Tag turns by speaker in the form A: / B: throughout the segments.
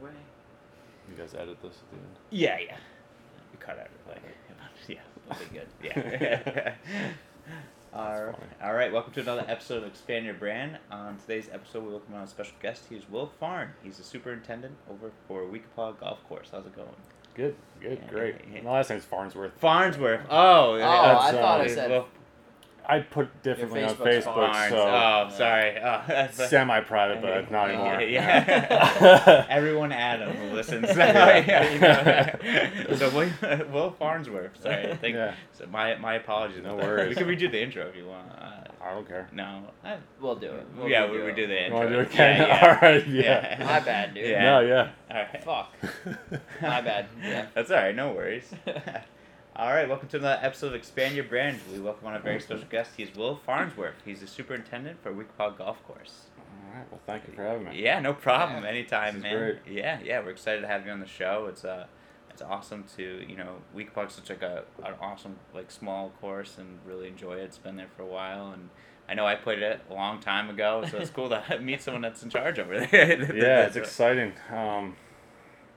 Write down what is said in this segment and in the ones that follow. A: way.
B: You guys edit this at the end.
A: Yeah, yeah. We cut out like yeah, that'll be good. Yeah. All right.
B: funny.
A: All right, welcome to another episode of Expand Your Brand. On today's episode, we welcome on a special guest. He is Will Farn. He's the superintendent over for Weekapaw Golf Course. How's it going?
B: Good, good,
A: Yeah,
B: great.
A: yeah, yeah.
B: And the last name's Farnsworth.
A: Farnsworth. Oh,
C: Oh, I
B: That's,
C: thought
B: uh,
C: I said.
A: Will
B: I put differently on
C: Facebook's
B: Facebook,
A: Farns.
B: so
A: oh, sorry. Oh, that's
B: semi-private, but it's not
A: Yeah,
B: anymore.
A: yeah.
B: Yeah.
A: Everyone Adam who listens.
B: Yeah.
A: You know. so Will, Will Farnsworth. Sorry, I think.
B: Yeah.
A: So my my apologies.
B: No worries.
A: We can redo the intro if you want. Uh,
B: I don't care.
A: no. I,
C: We'll do it. We'll
A: yeah,
C: redo
A: we
C: it.
A: redo the
B: You
A: intro.
B: want to do it
A: Yeah,
B: again?
A: yeah.
B: All right, yeah.
A: Yeah.
C: My bad, dude.
A: Yeah.
B: No, yeah.
A: All right.
C: Fuck. My bad. Yeah.
A: That's all right. No worries. all right. Welcome to another episode of Expand Your Brand. We welcome on a very special guest. He's Will Farnsworth. He's the superintendent for Weekpaw Golf Course.
B: All right. Well, thank you for having me.
A: Yeah, no problem.
C: Yeah.
A: Anytime,
B: This is
A: man.
B: great.
A: Yeah, yeah, we're excited to have you on the show. It's uh, it's awesome to you know, Week Plug's such like a an awesome like small course and really enjoy it. It's been there for a while, and I know I played it a long time ago, so it's cool to meet someone that's in charge over there.
B: Yeah, it's
A: That's-
B: exciting. Um,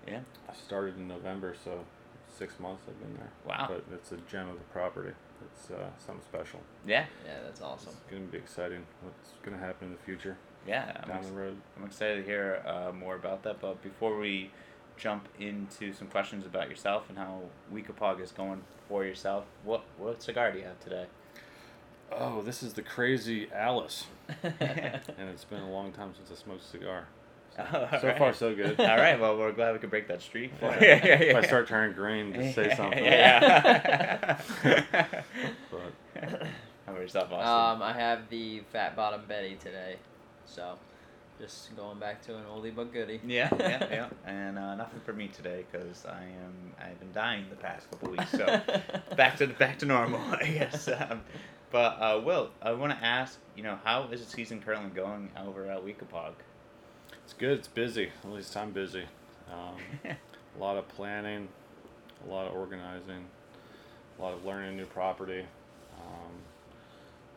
A: Yeah.
B: I started in November, so six months I've been there.
A: Wow.
B: But it's a gem of a property. It's uh, something special.
A: yeah,
C: Yeah, that's
B: It's
C: awesome.
B: gonna be exciting. What's gonna happen in the future
A: yeah. I'm
B: down
A: ex-
B: the road?
A: I'm excited to hear uh, more about that. But before we jump into some questions about yourself and how Weekapog is going for yourself, what what cigar do you have today?
B: Oh, this is the crazy Alice, and it's been a long time since I smoked a cigar.
A: All
B: so
A: right.
B: far, so good.
A: All right. Well, we're glad we could break that streak.
B: Yeah. If I start turning green, just say something.
A: Yeah.
B: But
A: How about yourself,
C: Um,
A: Austin?
C: I have the Fat Bottom Betty today, so just going back to an oldie but goodie.
A: Um, yeah, yeah, yeah. And uh, nothing for me today because I am I've been dying the past couple weeks. So back to back to normal, I guess. Um, but uh, Will, I want to ask, you know, how is the season currently going over at Weekapog?
B: it's good. It's busy. At least I'm busy. Um, a lot of planning, a lot of organizing, a lot of learning new property, um,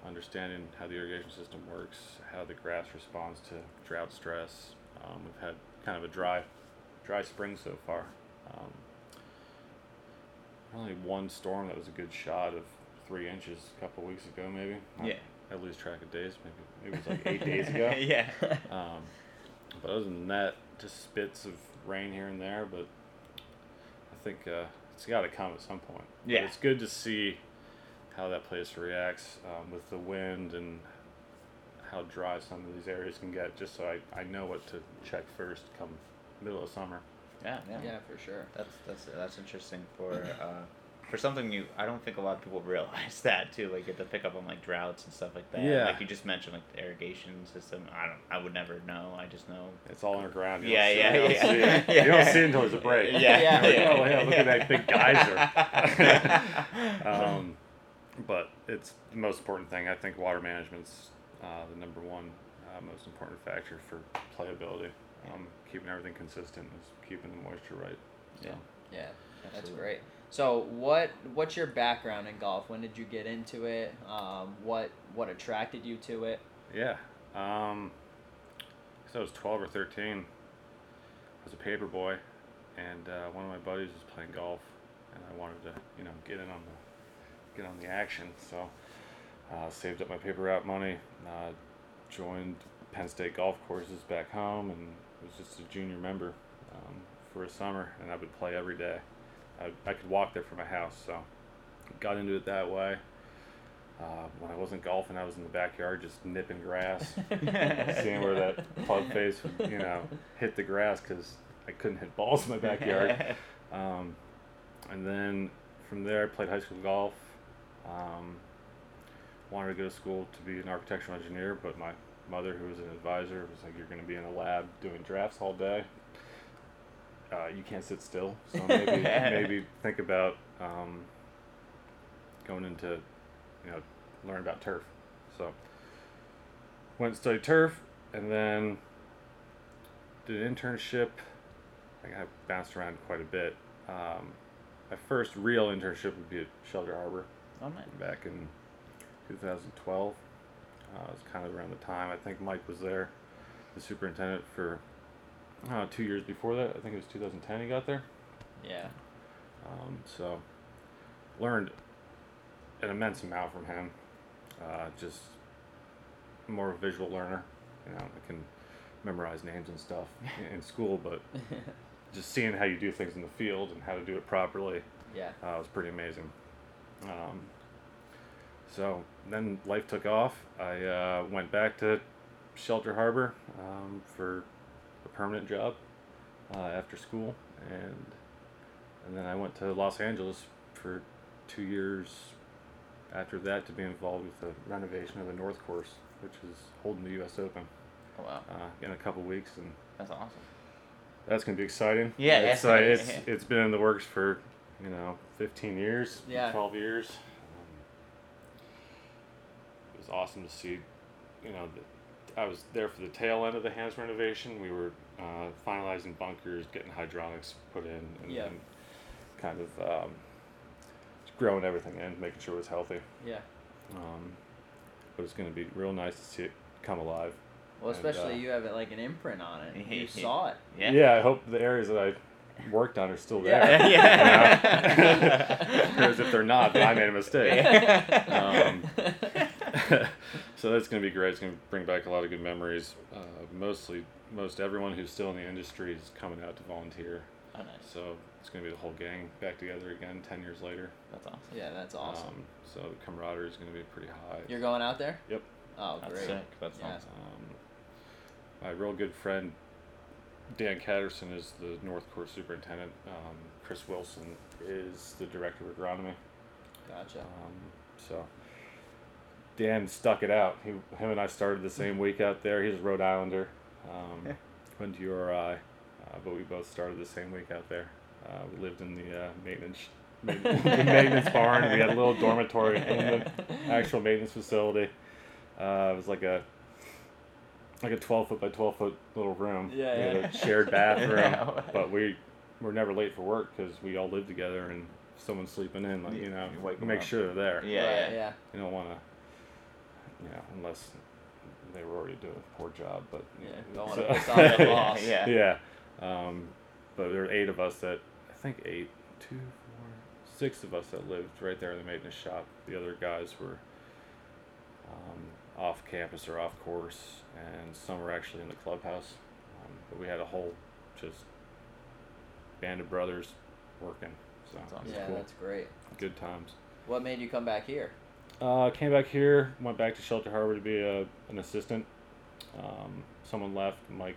B: understanding how the irrigation system works, how the grass responds to drought stress. Um, we've had kind of a dry, dry spring so far. Um, only one storm that was a good shot of three inches a couple weeks ago, maybe. I-
A: Yeah.
B: I lose track of days. Maybe it was like eight days ago.
A: yeah.
B: Um, but other than that, just spits of rain here and there. But I think uh, it's got to come at some point. But
A: Yeah.
B: it's good to see how that place reacts um, with the wind and how dry some of these areas can get. Just so I, I know what to check first come middle of summer.
A: Yeah. Yeah.
C: yeah, for sure.
A: That's that's that's interesting for uh, for something new. I don't think a lot of people realize that too. Like you have to pick up on like droughts and stuff like that.
B: Yeah.
A: Like you just mentioned, like the irrigation system. I don't. I would never know. I just know.
B: It's all underground. You
A: Yeah,
B: don't see-
A: yeah,
B: you don't
A: yeah.
B: see it.
A: Yeah.
B: You don't see it until there's a break.
A: Yeah.
C: Yeah.
B: You're like,
A: yeah,
B: oh, yeah, look at
A: yeah.
B: that big geyser. um, but it's the most important thing. I think water management's uh, the number one uh, most important factor for playability. Um, keeping everything consistent is keeping the moisture right. So,
A: Yeah.
C: Yeah, that's
A: Absolutely.
C: great. So, what what's your background in golf? When did you get into it? Um, what what attracted you to it?
B: yeah. Um, so I was 12 or 13. I was a paper boy, and uh, one of my buddies was playing golf, and I wanted to, you know, get in on the get on the action. So uh, saved up my paper route money, uh, joined Penn State golf courses back home, and was just a junior member um, for a summer, and I would play every day. I, I could walk there from my house, so got into it that way. Uh, when I wasn't golfing, I was in the backyard just nipping grass, seeing where that plug face would, you know, hit the grass because I couldn't hit balls in my backyard. Um, and then from there, I played high school golf. Um, wanted to go to school to be an architectural engineer, but my mother, who was an advisor, was like, "You're going to be in a lab doing drafts all day. Uh, you can't sit still. So maybe maybe think about um, going into, you know, learn about turf." So went and studied turf, and then did an internship. I got bounced around quite a bit. Um, my first real internship would be at Shelter Harbor
A: Oh, nice.
B: back in 2012. Uh, it was kind of around the time I think Mike was there, the superintendent for uh, two years before that. I think it was 2010 he got there.
C: Yeah.
B: Um, so, learned an immense amount from him. Uh, just more of a visual learner. You know, I can memorize names and stuff in- in school, but just seeing how you do things in the field and how to do it properly
C: yeah.
B: uh, was pretty amazing. Um, so then life took off. I uh, went back to Shelter Harbor um, for a permanent job uh, after school, and and then I went to Los Angeles for two years after that to be involved with the renovation of the North Course, which is holding the U.S. Open
A: Oh, wow.
B: uh, in a couple weeks, and
A: That's awesome.
B: that's gonna be exciting.
A: Yeah,
B: it's
A: yeah.
B: like it's it's been in the works for you know 15 years,
C: Yeah.
B: 12 years. Um, it was awesome to see, you know, the, I was there for the tail end of the Hams renovation. We were uh, finalizing bunkers, getting hydraulics put in, and,
C: Yeah.
B: and kind of um, just growing everything in, making sure it was healthy.
C: Yeah.
B: Um, but it's gonna be real nice to see it come alive.
C: Well,
B: And, uh,
C: especially you have it like an imprint on it. You saw it.
A: Yeah.
B: yeah, I hope the areas that I worked on are still there.
C: Yeah.
A: Yeah.
B: Whereas if they're not, then I made a mistake. Um,
A: Oh,
B: so that's going to be great. It's going to bring back a lot of good memories. Uh, mostly, most everyone who's still in the industry is coming out to volunteer.
A: Oh, nice.
B: So it's going to be the whole gang back together again 10 years later.
A: That's awesome.
C: yeah, that's awesome.
B: Um, so the camaraderie is going to be pretty high.
C: You're going out there?
B: Yep.
C: Oh,
A: That's
C: great.
A: sick. That's
C: Yeah.
A: awesome.
B: Um, my real good friend Dan Catterson is the North Course superintendent. Um, Chris Wilson is the director of agronomy.
C: Gotcha.
B: Um, so Dan stuck it out. He, him and I started the same week out there. He's a Rhode Islander. Um, went to URI, uh, but we both started the same week out there. Uh, we lived in the uh, maintenance the maintenance barn. We had a little dormitory in the actual maintenance facility. Uh, it was like a like a twelve foot by twelve foot little room.
C: Yeah,
B: we
C: yeah.
B: had a shared bathroom,
A: Yeah.
B: but we were never late for work because we all lived together and someone's sleeping in. Like you know,
A: You wake 'em
B: make
A: up.
B: sure they're there.
A: Yeah,
C: Right,
A: yeah.
C: yeah.
B: You don't want to, you know, unless they were already doing a poor job. But you
C: Yeah,
B: know,
C: don't wanna
B: so-
C: piss off the boss.
A: Yeah.
B: yeah. Um, but there were eight of us that I think eight, two, four, six of us that lived right there in the maintenance shop. The other guys were um, off campus or off course, and some were actually in the clubhouse. Um, but we had a whole just band of brothers working. So
A: That's
B: it was
A: awesome.
C: Yeah,
B: cool.
C: that's great.
B: good times.
C: What made you come back here?
B: Uh, came back here, went back to Shelter Harbor to be a, an assistant. Um, someone left. Mike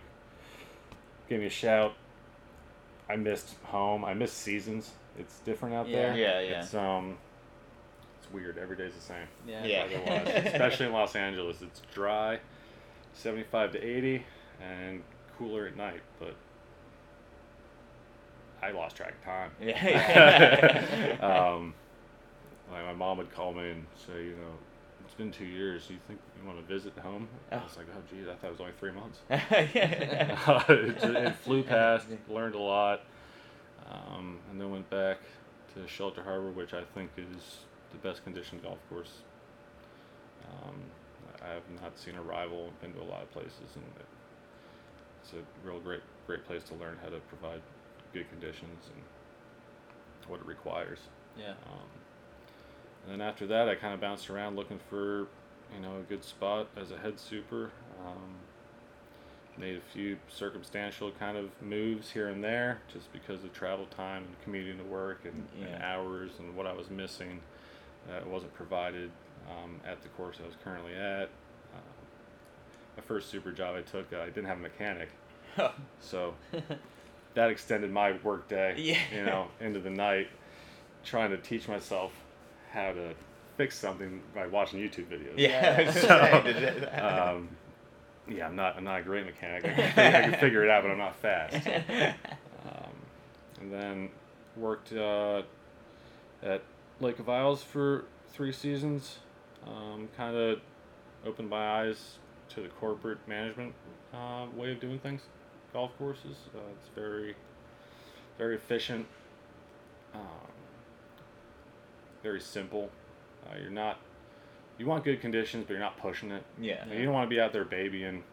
B: gave me a shout. I missed home. I missed seasons. It's different out
C: Yeah.
B: there.
A: Yeah, yeah.
B: It's um, it's weird. Every day's the same.
C: Yeah.
A: Yeah.
B: Weather-wise, especially in Los Angeles, it's dry, seventy-five to eighty, and cooler at night. But I lost track of time
A: Yeah.
B: um, like my mom would call me and say, you know, it's been two years. Do you think you want to visit home? I was like, oh, geez, I thought it was only three months. it, ju- it flew past. Learned a lot, um, and then went back to Shelter Harbor, which I think is the best conditioned golf course. Um, I I have not seen a rival. I've been to a lot of places, and it, it's a real great great place to learn how to provide good conditions and what it requires.
C: Yeah.
B: Um, and then after that, I kind of bounced around looking for, you know, a good spot as a head super. Um, made a few circumstantial kind of moves here and there, just because of travel time and commuting to work and, and
A: Yeah.
B: hours and what I was missing that wasn't provided um, at the course I was currently at. Uh, my first super job I took, uh, I didn't have a mechanic, so that extended my work day,
A: Yeah.
B: you know, into the night, trying to teach myself how to fix something by watching YouTube videos.
A: yeah.
C: So,
B: Um, yeah, I'm not. I'm not a great mechanic. I can, I can figure it out, but I'm not fast. Um, and then worked uh, at Lake of Isles for three seasons. Um, kind of opened my eyes to the corporate management uh, way of doing things. Golf courses. Uh, it's very, very efficient. Um, very simple. Uh, you're not. You want good conditions, but you're not pushing it.
A: yeah.
B: You don't want to be out there babying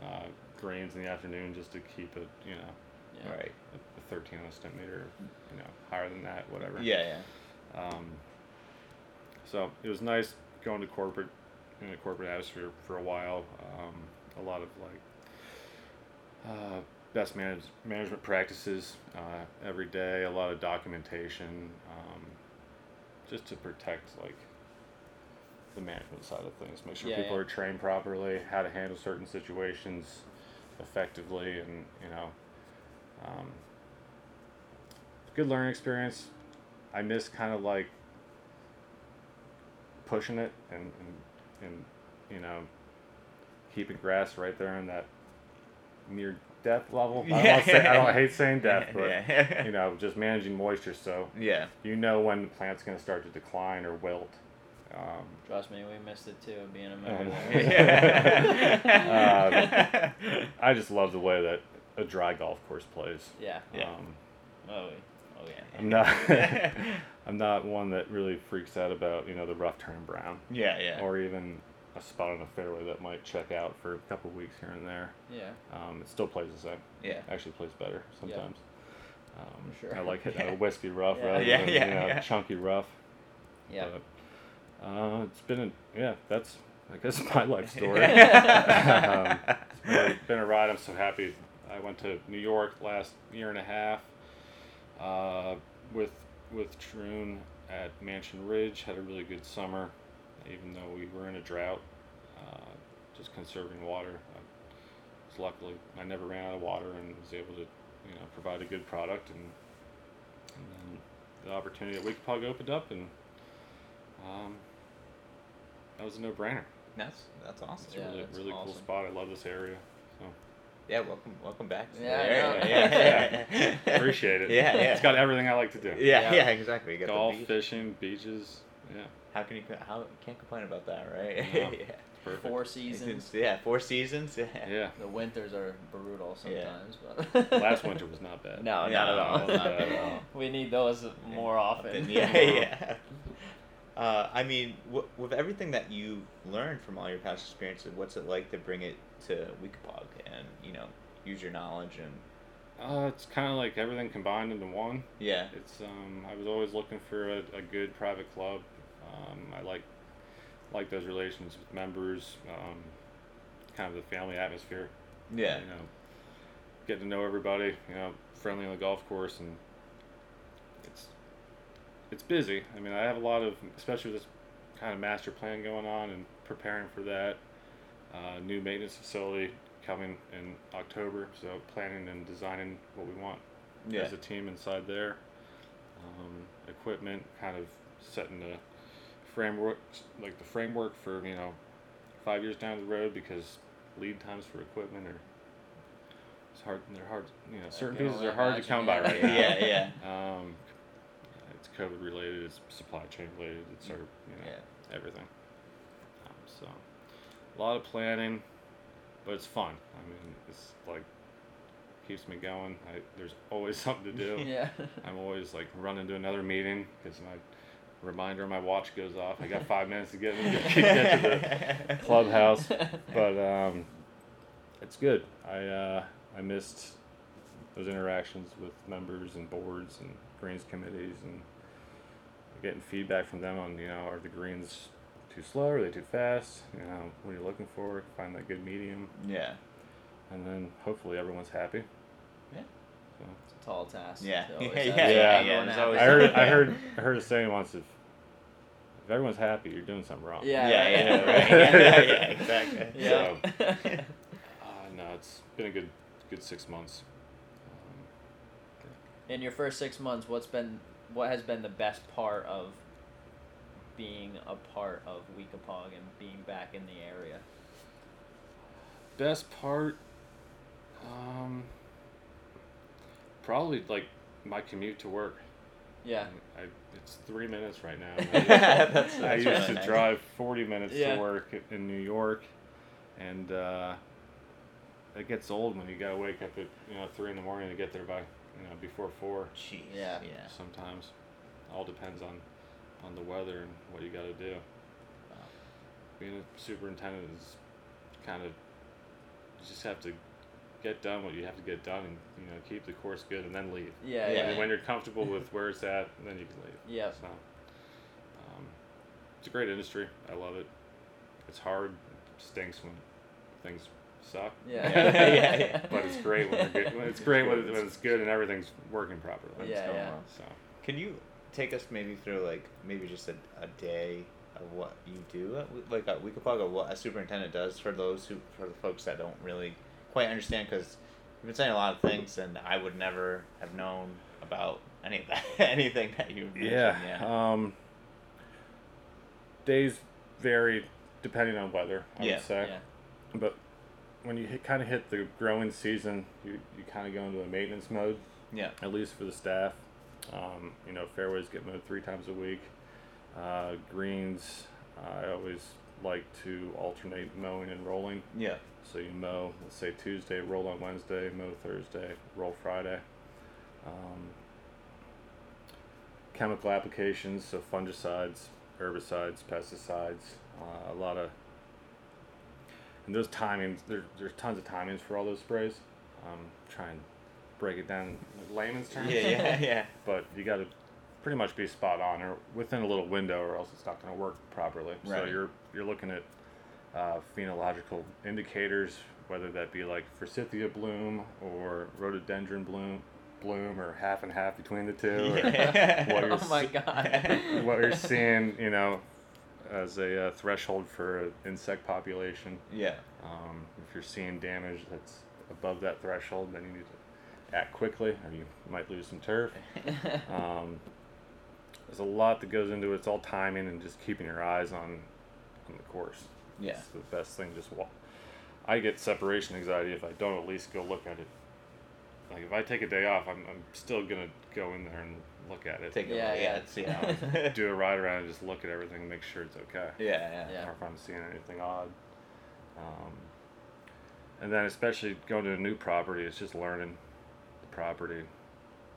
B: uh, greens in the afternoon just to keep it, you know,
C: Yeah.
A: Right.
B: a a 13 on a stint meter, you know, higher than that, whatever.
A: Yeah, yeah.
B: Um, so it was nice going to corporate in the corporate atmosphere for a while. Um, a lot of like uh, best manage, management practices uh, every day. A lot of documentation, um, just to protect like the management side of things. Make sure
C: Yeah,
B: people
C: yeah.
B: are trained properly, how to handle certain situations effectively, and you know. Um, good learning experience. I miss kind of like pushing it and, and and you know keeping grass right there in that near death level. I, don't wanna say, I don't I hate saying death, but
A: yeah.
B: you know just managing moisture so
A: yeah.
B: you know when the plant's going to start to decline or wilt. Um,
C: Trust me, we missed it too, being a member.
B: Yeah.
A: Um,
C: there.
B: Um, I just love the way that a dry golf course plays.
C: yeah.
A: Yeah.
B: Um,
C: Oh, we- oh yeah.
B: I'm not. I'm not one that really freaks out about you know the rough turn brown.
A: yeah, yeah.
B: or even a spot on a fairway that might check out for a couple weeks here and there.
C: Yeah.
B: Um, it still plays the same.
A: yeah.
B: Actually, plays better sometimes. Um,
C: Sure.
B: I like hitting
A: Yeah.
B: a wispy rough
C: Yeah.
B: rather
A: Yeah,
B: than
A: yeah,
B: you know,
A: yeah.
B: chunky rough.
C: Yeah.
B: But, uh, it's been a yeah. That's I guess my life story. um,
A: Um,
B: it's really been a ride. I'm so happy. I went to New York last year and a half uh, with with Troon at Mansion Ridge. Had a really good summer, even though we were in a drought. Uh, just conserving water. I was luckily I never ran out of water and was able to you know provide a good product and and then the opportunity at Wake Pug opened up and um, that was a no brainer.
A: That's that's awesome.
B: It's
C: Yeah,
B: a really
C: that's
B: really cool
C: awesome.
B: spot. I love this area. So
A: Yeah, welcome welcome back. to the
C: Yeah, I
A: area.
B: know.
A: yeah.
B: appreciate it.
A: Yeah, yeah.
B: It's got everything I like to do.
A: Yeah,
C: Yeah.
A: yeah, exactly. You got
B: Golf,
A: the beach.
B: fishing, beaches. Yeah.
A: How can you co- how can't complain about that, right?
B: No.
A: yeah.
B: It's perfect.
C: Four seasons.
A: Yeah, four seasons. Yeah.
B: Yeah.
C: The winters are brutal
A: Yeah.
C: sometimes, but
B: Last winter was not bad.
C: No,
A: No,
C: not at all.
B: not at all.
C: we need those more often.
A: yeah, yeah. Uh, I mean, w- with everything that you learned from all your past experiences, what's it like to bring it to Wikipog and you know use your knowledge and
B: Uh, it's kind of like everything combined into one.
A: yeah,
B: It's um, I was always looking for a, a good private club. Um, I like like those relations with members. Um, kind of the family atmosphere.
A: yeah,
B: You know, get to know everybody. You know, friendly on the golf course, and it's it's busy. I mean, I have a lot of, especially with this kind of master plan going on and preparing for that uh, new maintenance facility coming in October. So planning and designing what we want
A: yeah,
B: as a team inside there. Um, equipment, kind of setting the framework, like the framework for you know five years down the road because lead times for equipment are it's hard. They're hard. You know, certain
C: can
B: pieces
C: only
B: are hard to
C: imagine,
B: come by
C: yeah.
B: right now.
A: yeah, yeah,
B: Um, it's COVID related. It's supply chain related. It's our you know
A: yeah.
B: everything. Um, so, a lot of planning, but it's fun. I mean, it's like keeps me going. I, there's always something to do.
C: Yeah.
B: I'm always like running to another meeting because my reminder on my watch goes off. I got five minutes to get, get to the clubhouse, but um, it's good. I uh, I missed those interactions with members and boards and greens committees and getting feedback from them on you know are the greens too slow are they too fast you know what are you looking for find that good medium
A: Yeah.
B: and then hopefully everyone's happy
A: Yeah.
B: so.
C: It's a tall task.
A: Yeah.
C: to always
A: Yeah,
C: have
A: yeah,
C: that
B: yeah,
C: going
A: there's
C: on.
A: always
B: I heard I heard I heard a saying once if if everyone's happy you're doing something wrong
C: Yeah,
A: yeah,
C: right.
A: yeah, right. yeah, yeah, exactly.
C: Yeah.
B: uh, no it's been a good good six months um,
C: In your first six months, what's been what has been the best part of being a part of Weekapog and being back in the area?
B: best part um probably like my commute to work
C: Yeah.
B: I, it's three minutes right now and I just-
A: that's, that's
B: I used
A: really
B: to
A: nice.
B: drive 40 minutes
C: Yeah.
B: to work i- in New York, and uh, it gets old when you gotta wake up at you know three in the morning to get there by you know before four.
A: Jeez.
C: Yeah.
A: Yeah.
B: Sometimes, all depends on on the weather and what you gotta do. Being a superintendent is kind of just have to get done what you have to get done, and you know keep the course good, and then leave.
C: Yeah,
A: Yeah.
B: And
C: yeah,
B: when you're comfortable with where it's at, then you can leave.
C: yeah.
B: So, um, it's a great industry. I love it. It's hard. It stinks when things suck.
C: Yeah.
A: Yeah, yeah.
B: But it's great when they're good. when It's great when, when it's good and everything's working properly.
C: Yeah,
A: going
C: yeah.
A: well.
B: So
A: Can you take us maybe through like maybe just a, a day of what you do at, Wi- like uh, at Wikipog of what a superintendent does for those who for the folks that don't really quite understand because you've been saying a lot of things and I would never have known about any of that anything that you mentioned.
B: yeah. Um, days vary depending on weather. I
A: Yeah,
B: would say.
C: yeah.
B: But when you hit, kind of hit the growing season, you, you kind of go into a maintenance mode,
A: yeah.
B: at least for the staff. Um, you know, fairways get mowed three times a week. Uh, greens, I always like to alternate mowing and rolling.
A: Yeah.
B: So you mow, let's say Tuesday, roll on Wednesday, mow Thursday, roll Friday. Um, chemical applications, so fungicides, herbicides, pesticides, uh, a lot of. And those timings, there, there's tons of timings for all those sprays. Um, try and break it down in layman's
A: Yeah.
B: terms.
A: Yeah. Yeah.
B: But you got to pretty much be spot on or within a little window, or else it's not going to work properly. So
A: Right.
B: you're you're looking at uh, phenological indicators, whether that be like forsythia bloom or rhododendron bloom, bloom or half and half between the two. or-
A: Yeah.
B: What
C: oh
B: you're
C: my
B: s-
C: god.
B: what you're seeing, you know, as a uh, threshold for insect population.
A: Yeah.
B: Um, if you're seeing damage that's above that threshold, then you need to act quickly, or you might lose some turf. um, there's a lot that goes into it. It's all timing and just keeping your eyes on on the course.
A: Yeah.
B: It's the best thing. Just walk. I get separation anxiety if I don't at least go look at it. Like if I take a day off, I'm, I'm still gonna go in there and look at it.
A: Take a
C: Yeah,
A: look.
C: yeah.
A: Yeah. See how. Yeah.
B: do a ride around and just look at everything and make sure it's okay
A: Yeah.
C: Yeah.
B: or if I'm seeing anything odd. Um, and then, especially going to a new property, it's just learning the property,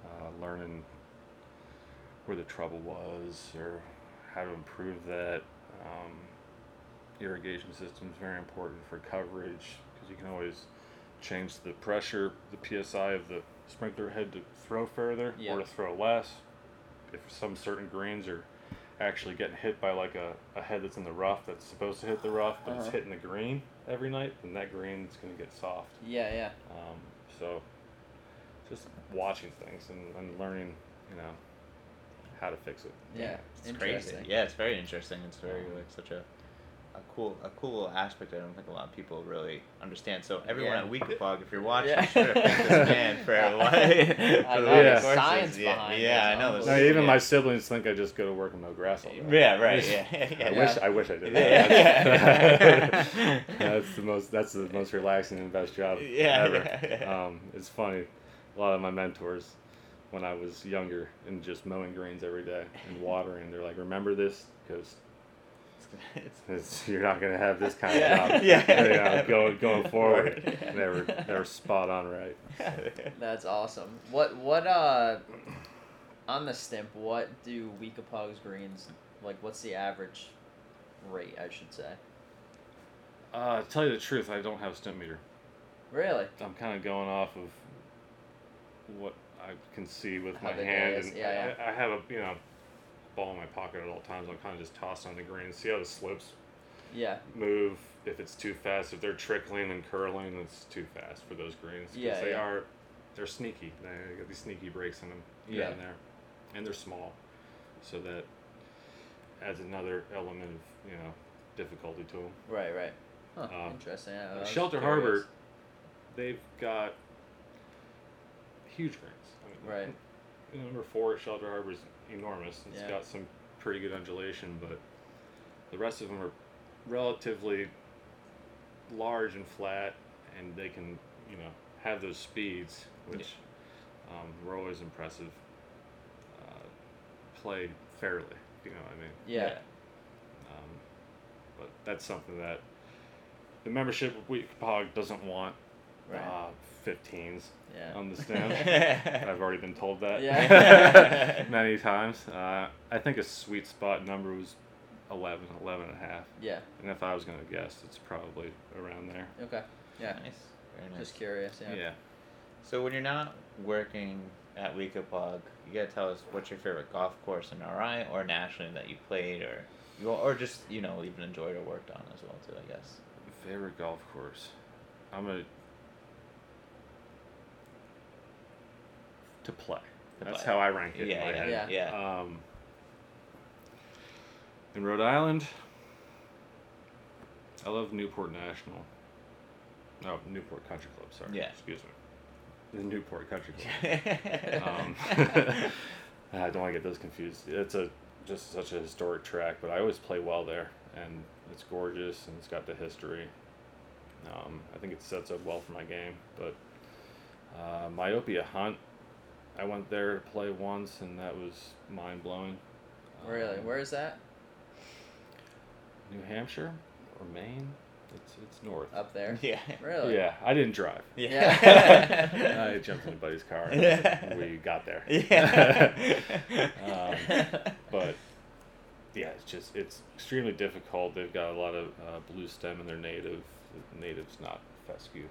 B: uh, learning where the trouble was or how to improve that. Um, irrigation system is very important for coverage because you can always change the pressure, the psi of the sprinkler head to throw further
C: Yeah.
B: or to throw less. If some certain greens are actually getting hit by like a, a head that's in the rough that's supposed to hit the rough, but it's
C: Uh-huh.
B: hitting the green every night, then that green is going to get soft.
C: yeah, yeah.
B: Um, so just watching things and, and learning, you know, how to fix it.
C: Yeah.
A: It's crazy.
C: Interesting.
A: Yeah, it's very interesting. It's very like such a a cool a cool little aspect I don't think a lot of people really understand. So everyone
C: Yeah.
A: at Wikifog, if you're watching,
C: Yeah.
A: sure thank this man for
C: I-
A: what
C: I
A: for the
C: know
A: way
B: the
A: courses.
C: science
A: yeah,
C: behind
A: Yeah,
C: this,
A: I know. this
B: No,
A: is-
B: even
A: yeah.
B: my siblings think I just go to work and mow grass all day.
A: Yeah, right. Yeah, yeah.
B: I
A: yeah.
B: wish I wish I did.
A: Yeah.
B: That.
A: Yeah.
B: that's the most that's the most relaxing and best job
A: Yeah,
B: ever.
A: yeah, yeah.
B: Um, it's funny. A lot of my mentors when I was younger and just mowing greens every day and watering, they're like, "Remember this because
A: It's-
B: it's, you're not gonna have this kind of
A: Yeah.
B: job
A: Yeah.
B: you know, going going forward."
A: Right.
B: They were they were spot on right.
C: That's awesome. What what uh on the stimp, what do Weekapog's greens like what's the average rate I should say?
B: Uh, to tell you the truth, I don't have a stint meter.
C: Really?
B: I'm kind of going off of what I can see with
C: How
B: my
C: the day
B: hand,
C: is,
B: and
C: yeah,
B: I, I have a you know ball in my pocket at all times. I'm kind of just tossed on the green, see how the slips
C: Yeah.
B: move. If it's too fast, if they're trickling and curling, it's too fast for those greens. 'cause
C: Yeah,
B: they
C: yeah.
B: are they're sneaky. They got these sneaky breaks in them here
C: Yeah.
B: and there, and they're small, so that adds another element of you know difficulty to them.
C: Right, right. Huh,
B: Um,
C: interesting.
B: Uh,
C: I was
B: Shelter
C: curious.
B: Harbor, they've got huge greens. I mean,
C: Right.
B: the Number four at Shelter Harbor is enormous. It's
C: Yeah.
B: got some pretty good undulation, but the rest of them are relatively large and flat, and they can, you know, have those speeds, which um, were always impressive. Uh, played fairly, if you know what I mean.
C: Yeah.
B: Um, but that's something that the membership of Week Pog doesn't want
C: Right.
B: uh, um, 15s
C: yeah.
B: on the stand.
A: Yeah.
B: I've already been told that
C: Yeah.
B: many times. Uh, I think a sweet spot number was 11, 11 and a half.
C: yeah.
B: And if I was going to guess, it's probably around there.
C: Okay. Yeah.
A: Nice. Very nice.
C: Just curious. Yeah.
B: Yeah.
A: So when you're not working at Wekapog, you gotta tell us what's your favorite golf course in RI or nationally that you played or you or just you know even enjoyed or worked on as well too. I guess.
B: Favorite golf course. I'm gonna to play.
A: To
B: That's
A: play.
B: how I rank it. in
A: Yeah,
B: my
A: yeah,
B: head.
A: yeah.
B: Um, in Rhode Island, I love Newport National. Oh, Newport Country Club. Sorry.
A: Yeah.
B: Excuse me. The Newport Country Club. um,
A: um,
B: I don't want to get those confused. It's a just such a historic track, but I always play well there, and it's gorgeous and it's got the history. Um, I think it sets up well for my game, but uh, myopia hunt. I went there to play once, and that was Um, mind blowing.
C: Really? Where is that?
B: New Hampshire or Maine? It's it's north.
C: Up there.
A: yeah.
C: Really?
B: Yeah, I didn't drive. I
A: Yeah.
B: jumped in a buddy's car. And we got there.
A: Yeah.
C: Um,
B: but yeah, it's just it's extremely difficult. They've got a lot of uh, blue stem in their native. Native's not fescue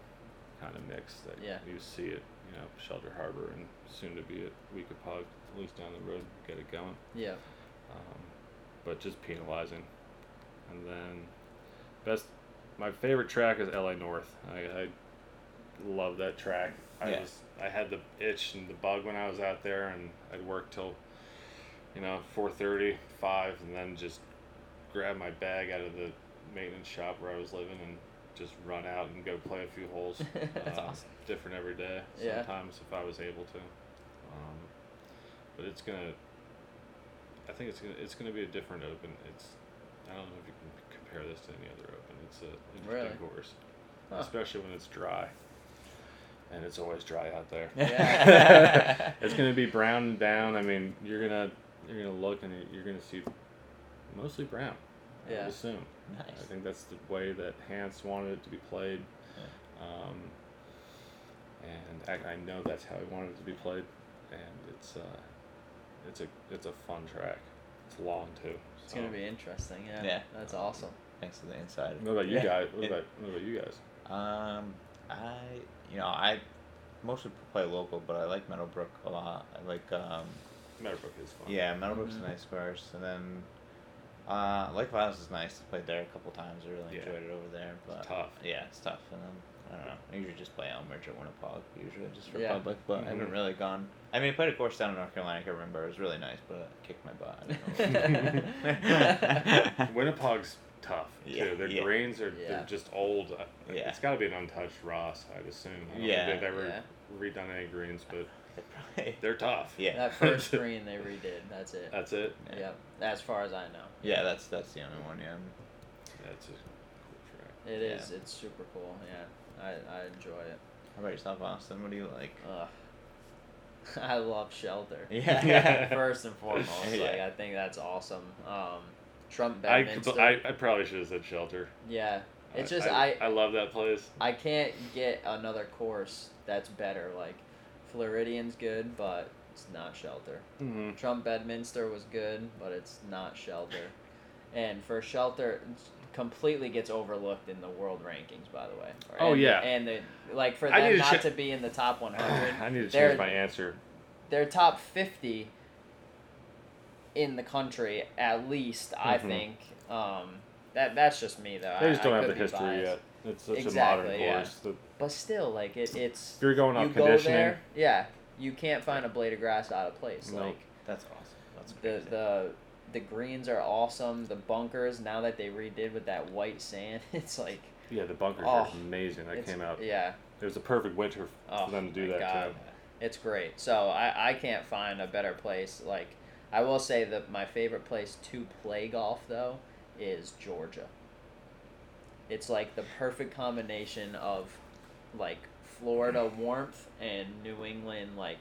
B: kind of mix that
C: Yeah.
B: you see it, you know, Shelter Harbor and soon to be at Weekapog, at least down the road, get it going.
C: Yeah.
B: Um, but just penalizing. And then best, my favorite track is LA North. I, I love that track. I
A: Yeah.
B: was I had the itch and the bug when I was out there, and I'd work till you know 4:30, 5, and then just grab my bag out of the maintenance shop where I was living and just run out and go play a few holes.
C: That's
B: um,
A: awesome.
B: Different every day.
C: Yeah.
B: Sometimes if I was able to. Um, but it's gonna. I think it's gonna it's gonna be a different open. It's I don't know if you can compare this to any other open. It's a interesting
C: Really?
B: course,
C: Huh.
B: especially when it's dry. And it's always dry out there.
A: Yeah.
B: it's gonna be brown and down. I mean, you're gonna you're gonna look and you're gonna see mostly brown. I would
C: Yeah.
B: assume. I
A: Nice.
B: think that's the way that Hans wanted it to be played. Um, and I, I know that's how he wanted it to be played, and it's uh, it's a it's a fun track. It's long too.
C: It's
B: so.
C: gonna be interesting. Yeah.
A: Yeah.
C: That's awesome.
A: Thanks for the insight.
B: What about you
A: Yeah.
B: guys? What about what about you guys?
A: Um, I you know I mostly play local, but I like Meadowbrook a lot. I like um,
B: Meadowbrook is fun.
A: yeah, Meadowbrook's
C: Mhm.
A: a nice course, and then uh, Lake Vilas is nice. I played there a couple times. I really
B: Yeah.
A: enjoyed it over there. But
B: tough.
A: Yeah, it's tough, and then I don't know. I usually just play Elmridge or Winnipeg, usually just for
C: Yeah.
A: public. But I haven't
B: Mhm.
A: really gone. I mean, I played a course down in North Carolina. I can remember it was really nice, but it kicked my butt. I don't know.
B: Winnipeg's tough too.
A: Yeah,
B: Their
A: yeah.
B: grains are
C: Yeah.
B: they're just old. I-
A: Yeah.
B: It's got to be an untouched Ross, I'd assume. I don't
A: Yeah.
B: think they've ever
C: Yeah.
B: redone any greens, but
A: Probably-
B: they're tough.
A: Yeah.
C: That first screen they redid. That's it.
B: That's it.
A: Yeah.
C: Yep. As far as I know.
A: yeah, that's that's the only one. Yeah.
B: That's a cool track.
C: It
A: Yeah.
C: is. It's super cool. Yeah, I, I enjoy it.
A: How about yourself, Austin? What do you like?
C: Ugh. I love Shelter.
A: Yeah.
C: First and foremost, like
A: Yeah.
C: I think that's awesome. Um, Trump
B: I,
C: Bedminster.
B: I, I probably should have said shelter.
C: yeah, it's just
B: I,
C: I,
B: I love that place.
C: I can't get another course that's better. Like Floridian's good, but it's not Shelter.
B: Mm-hmm.
C: Trump Bedminster was good, but it's not Shelter. And for Shelter, it's- completely gets overlooked in the world rankings. By the way.
B: Oh,
C: And-
B: yeah.
C: And the, like for
B: I need
C: them
B: to
C: not
B: check-
C: to be in the top 100.
B: I need to
C: they're-
B: change my answer.
C: They're top 50 in the country at least. I
B: Mhm.
C: think. Um, that that's just me though.
B: They just
C: I,
B: don't
C: I
B: have the
C: could be
B: history
C: biased.
B: yet. It's such a modern
C: Exactly, yeah.
B: course. that
C: But still, like it, it's.
B: if you're going off
C: you go
B: conditioning,
C: there, yeah. You can't find a blade of grass out of place.
B: Nope.
C: Like
A: That's awesome. That's
C: the
A: crazy.
C: the the greens are awesome. The bunkers now that they redid with that white sand, it's like
B: yeah, the bunkers are
C: Oh,
B: amazing. That
C: it's,
B: came out.
C: Yeah,
B: It was a perfect winter f-
C: Oh,
B: for them to do
C: my
B: that
C: God. it's great. So I I can't find a better place. Like I will say that my favorite place to play golf though is Georgia. It's like the perfect combination of like Florida warmth and New England like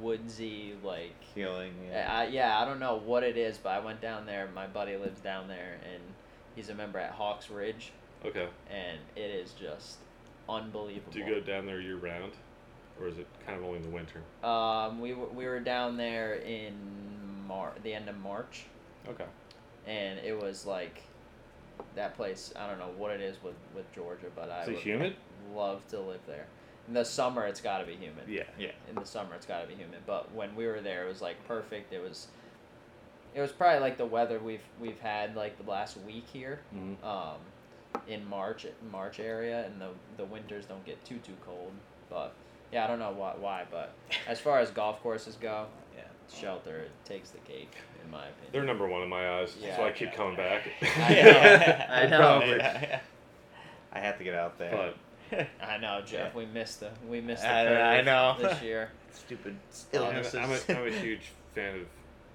C: woodsy like
A: healing. Yeah.
C: Uh, I, yeah, I don't know what it is, but I went down there. My buddy lives down there, and he's a member at Hawks Ridge,
B: too. Okay.
C: and it is just unbelievable.
B: Do you go down there year round, or is it kind of only in the winter?
C: Um, we were, we were down there in Mar- the end of March,
B: Okay.
C: and it was like that place. I don't know what it is with, with Georgia, but I
B: Is it
C: would
B: humid?
C: love to live there. In the summer, it's got to be humid.
B: Yeah.
A: Yeah.
C: In the summer, it's got to be humid. But when we were there, it was like perfect. It was, it was probably like the weather we've we've had like the last week here,
B: Mhm.
C: um, in March March area, and the the winters don't get too too cold. But yeah, I don't know why, why but as far as golf courses go,
A: Yeah.
C: shelter takes the cake in my opinion.
D: They're number one in my eyes. That's
C: Yeah.
D: why I keep coming back.
C: Yeah. I know.
D: Probably.
A: I have to get out there.
B: But
C: I know, Jeff. We missed the we missed the
A: I-
C: curve
A: I know.
C: this year.
A: Stupid
D: I'm, a,
A: illnesses.
D: I'm, a, I'm a huge fan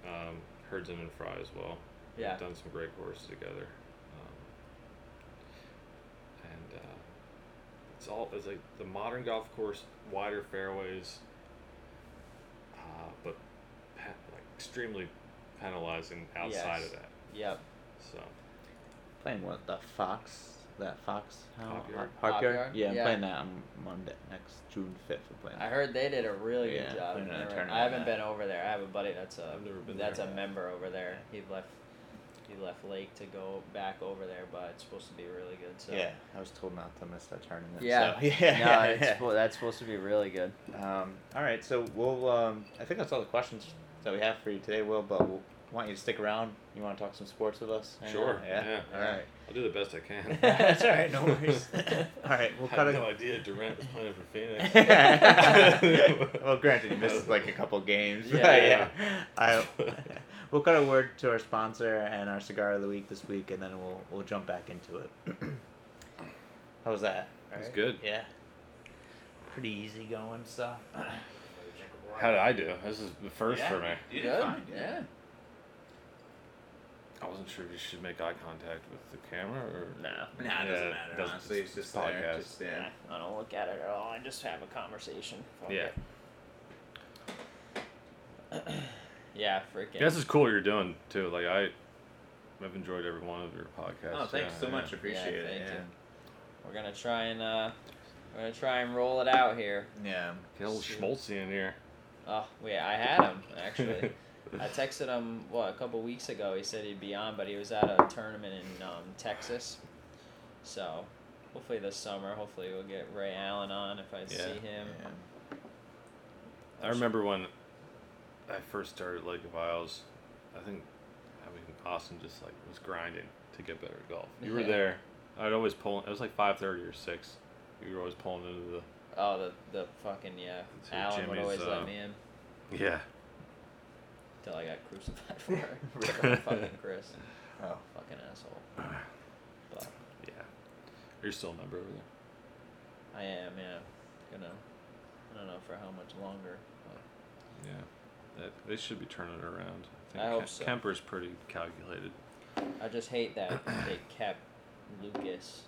D: of um, Herdsman and Fry as well.
C: Yeah,
D: We've done some great courses together. Um, and uh, it's all it's like the modern golf course, wider fairways, uh, but pe- like extremely penalizing outside
C: Yes.
D: of that.
C: yep.
D: So
A: playing what the Fox that Fox how-
D: Hopyard?
A: Hop- Hopyard?
C: Hopyard?
A: Yeah, I'm
C: Yeah.
A: playing that on Monday next June fifth. We're playing.
C: I heard they did a really
A: Yeah,
C: good job.
A: playing in a
C: Never-
A: tournament
C: I haven't
A: there.
C: been over there. I have a buddy that's a
D: I've never been
C: that's
D: there.
C: a member over there. He left he left Lake to go back over there, but it's supposed to be really good. So
A: Yeah, I was told not to miss that tournament.
C: yeah,
A: so- yeah,
C: no,
A: yeah,
C: it's,
A: yeah.
C: spo- that's supposed to be really good.
A: Um, all right, so we'll. Um, I think that's all the questions that we have for you today, Will. But we'll want you to stick around. You want to talk some sports with us? Hang
D: Sure,
A: on? Yeah.
D: yeah.
A: All right.
D: I'll do the best I can.
A: that's all right. No worries. all right, we'll
D: I
A: cut
D: had
A: it.
D: no idea Durant was playing for Phoenix.
A: well, granted, he misses like a couple games. but
C: Yeah.
A: yeah. I, we'll cut a word to our sponsor and our cigar of the week this week, and then we'll we'll jump back into it. How was that?
D: That's
A: Alright?
D: good.
A: Yeah. Pretty easy going stuff.
B: how did I do? This is the first
A: Yeah.
B: for me.
A: You did
C: good.
A: fine,
C: yeah.
A: yeah.
B: I wasn't sure if you should make eye contact with the camera or.
C: No.
A: Nah, it
D: Yeah,
A: doesn't matter.
B: doesn't-
A: honestly, it's just
B: podcast.
A: there. Just, yeah.
C: I don't look at it at all. I just have a conversation. Fuck
B: Yeah.
C: it. Yeah, freaking.
B: This is cool what you're doing too. Like I, I've enjoyed every one of your podcasts.
A: Oh, thanks
B: Yeah,
A: so
B: yeah.
A: much. Appreciate
C: Yeah,
A: it.
C: thank you. We're gonna try and uh, we're gonna try and roll it out here.
A: Yeah. yeah.
B: Get old Schmaltzy in here.
C: Oh, yeah, I had him actually. I texted him what a couple weeks ago. He said he'd be on, but he was at a tournament in um, Texas. So, hopefully this summer, hopefully we'll get Ray Allen on if I see
B: Yeah.
C: him.
A: Yeah.
B: I remember when I first started Lake of Isles. I think I mean Austin just like was grinding to get better at golf. You were
C: Yeah.
B: there. I'd always pull. It was like five thirty or six. You were always pulling into
C: Oh, the the fucking yeah.
B: Let's see,
C: Allen would
B: Jimmy's,
C: always
B: uh,
C: let me in
B: the. Yeah.
C: until I got crucified for it. fucking Chris,
A: Oh.
C: fucking asshole. But
B: Yeah. You're still a member over
C: I
B: there.
C: am yeah. Gonna I don't know for how much longer. but-
B: Yeah. That, they should be turning it around. I, think
C: I hope
B: Ke-
C: so.
B: Kemper's pretty calculated.
C: I just hate that they kept Lucas.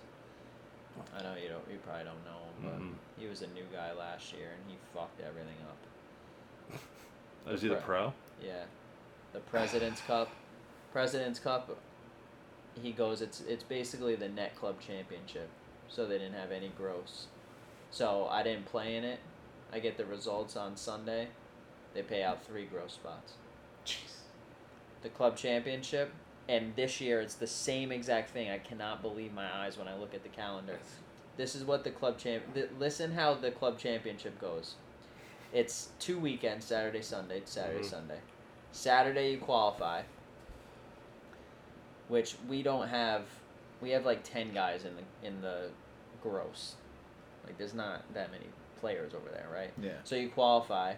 C: I know you don't. You probably don't know him, but
B: Mhm.
C: he was a new guy last year, and he fucked everything up.
B: Is he the
C: Right.
B: pro?
C: Yeah, the President's Cup. President's Cup. He goes. It's it's basically the net club championship, so they didn't have any gross. So I didn't play in it. I get the results on Sunday. They pay out three gross spots.
A: Jeez.
C: the club championship and this year it's the same exact thing i cannot believe my eyes when i look at the calendar this is what the club champ th- listen how the club championship goes it's two weekends saturday sunday saturday
D: Mhm.
C: sunday saturday you qualify which we don't have we have like 10 guys in the in the gross like there's not that many players over there right
A: Yeah.
C: so you qualify.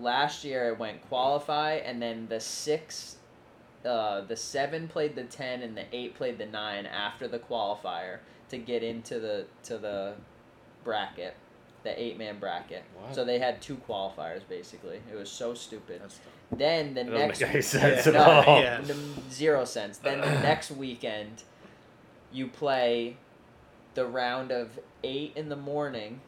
C: Last year it went qualify, and then the six, uh, the seven played the ten, and the eight played the nine after the qualifier to get into the to the bracket, the eight man bracket.
B: What?
C: So they had two qualifiers basically. It was so stupid.
A: That's
C: then the
B: It doesn't
C: next
B: make any sense
A: Yeah.
B: at
C: no,
B: all.
A: Yeah.
C: n- zero sense. Then the next weekend, you play the round of eight in the morning,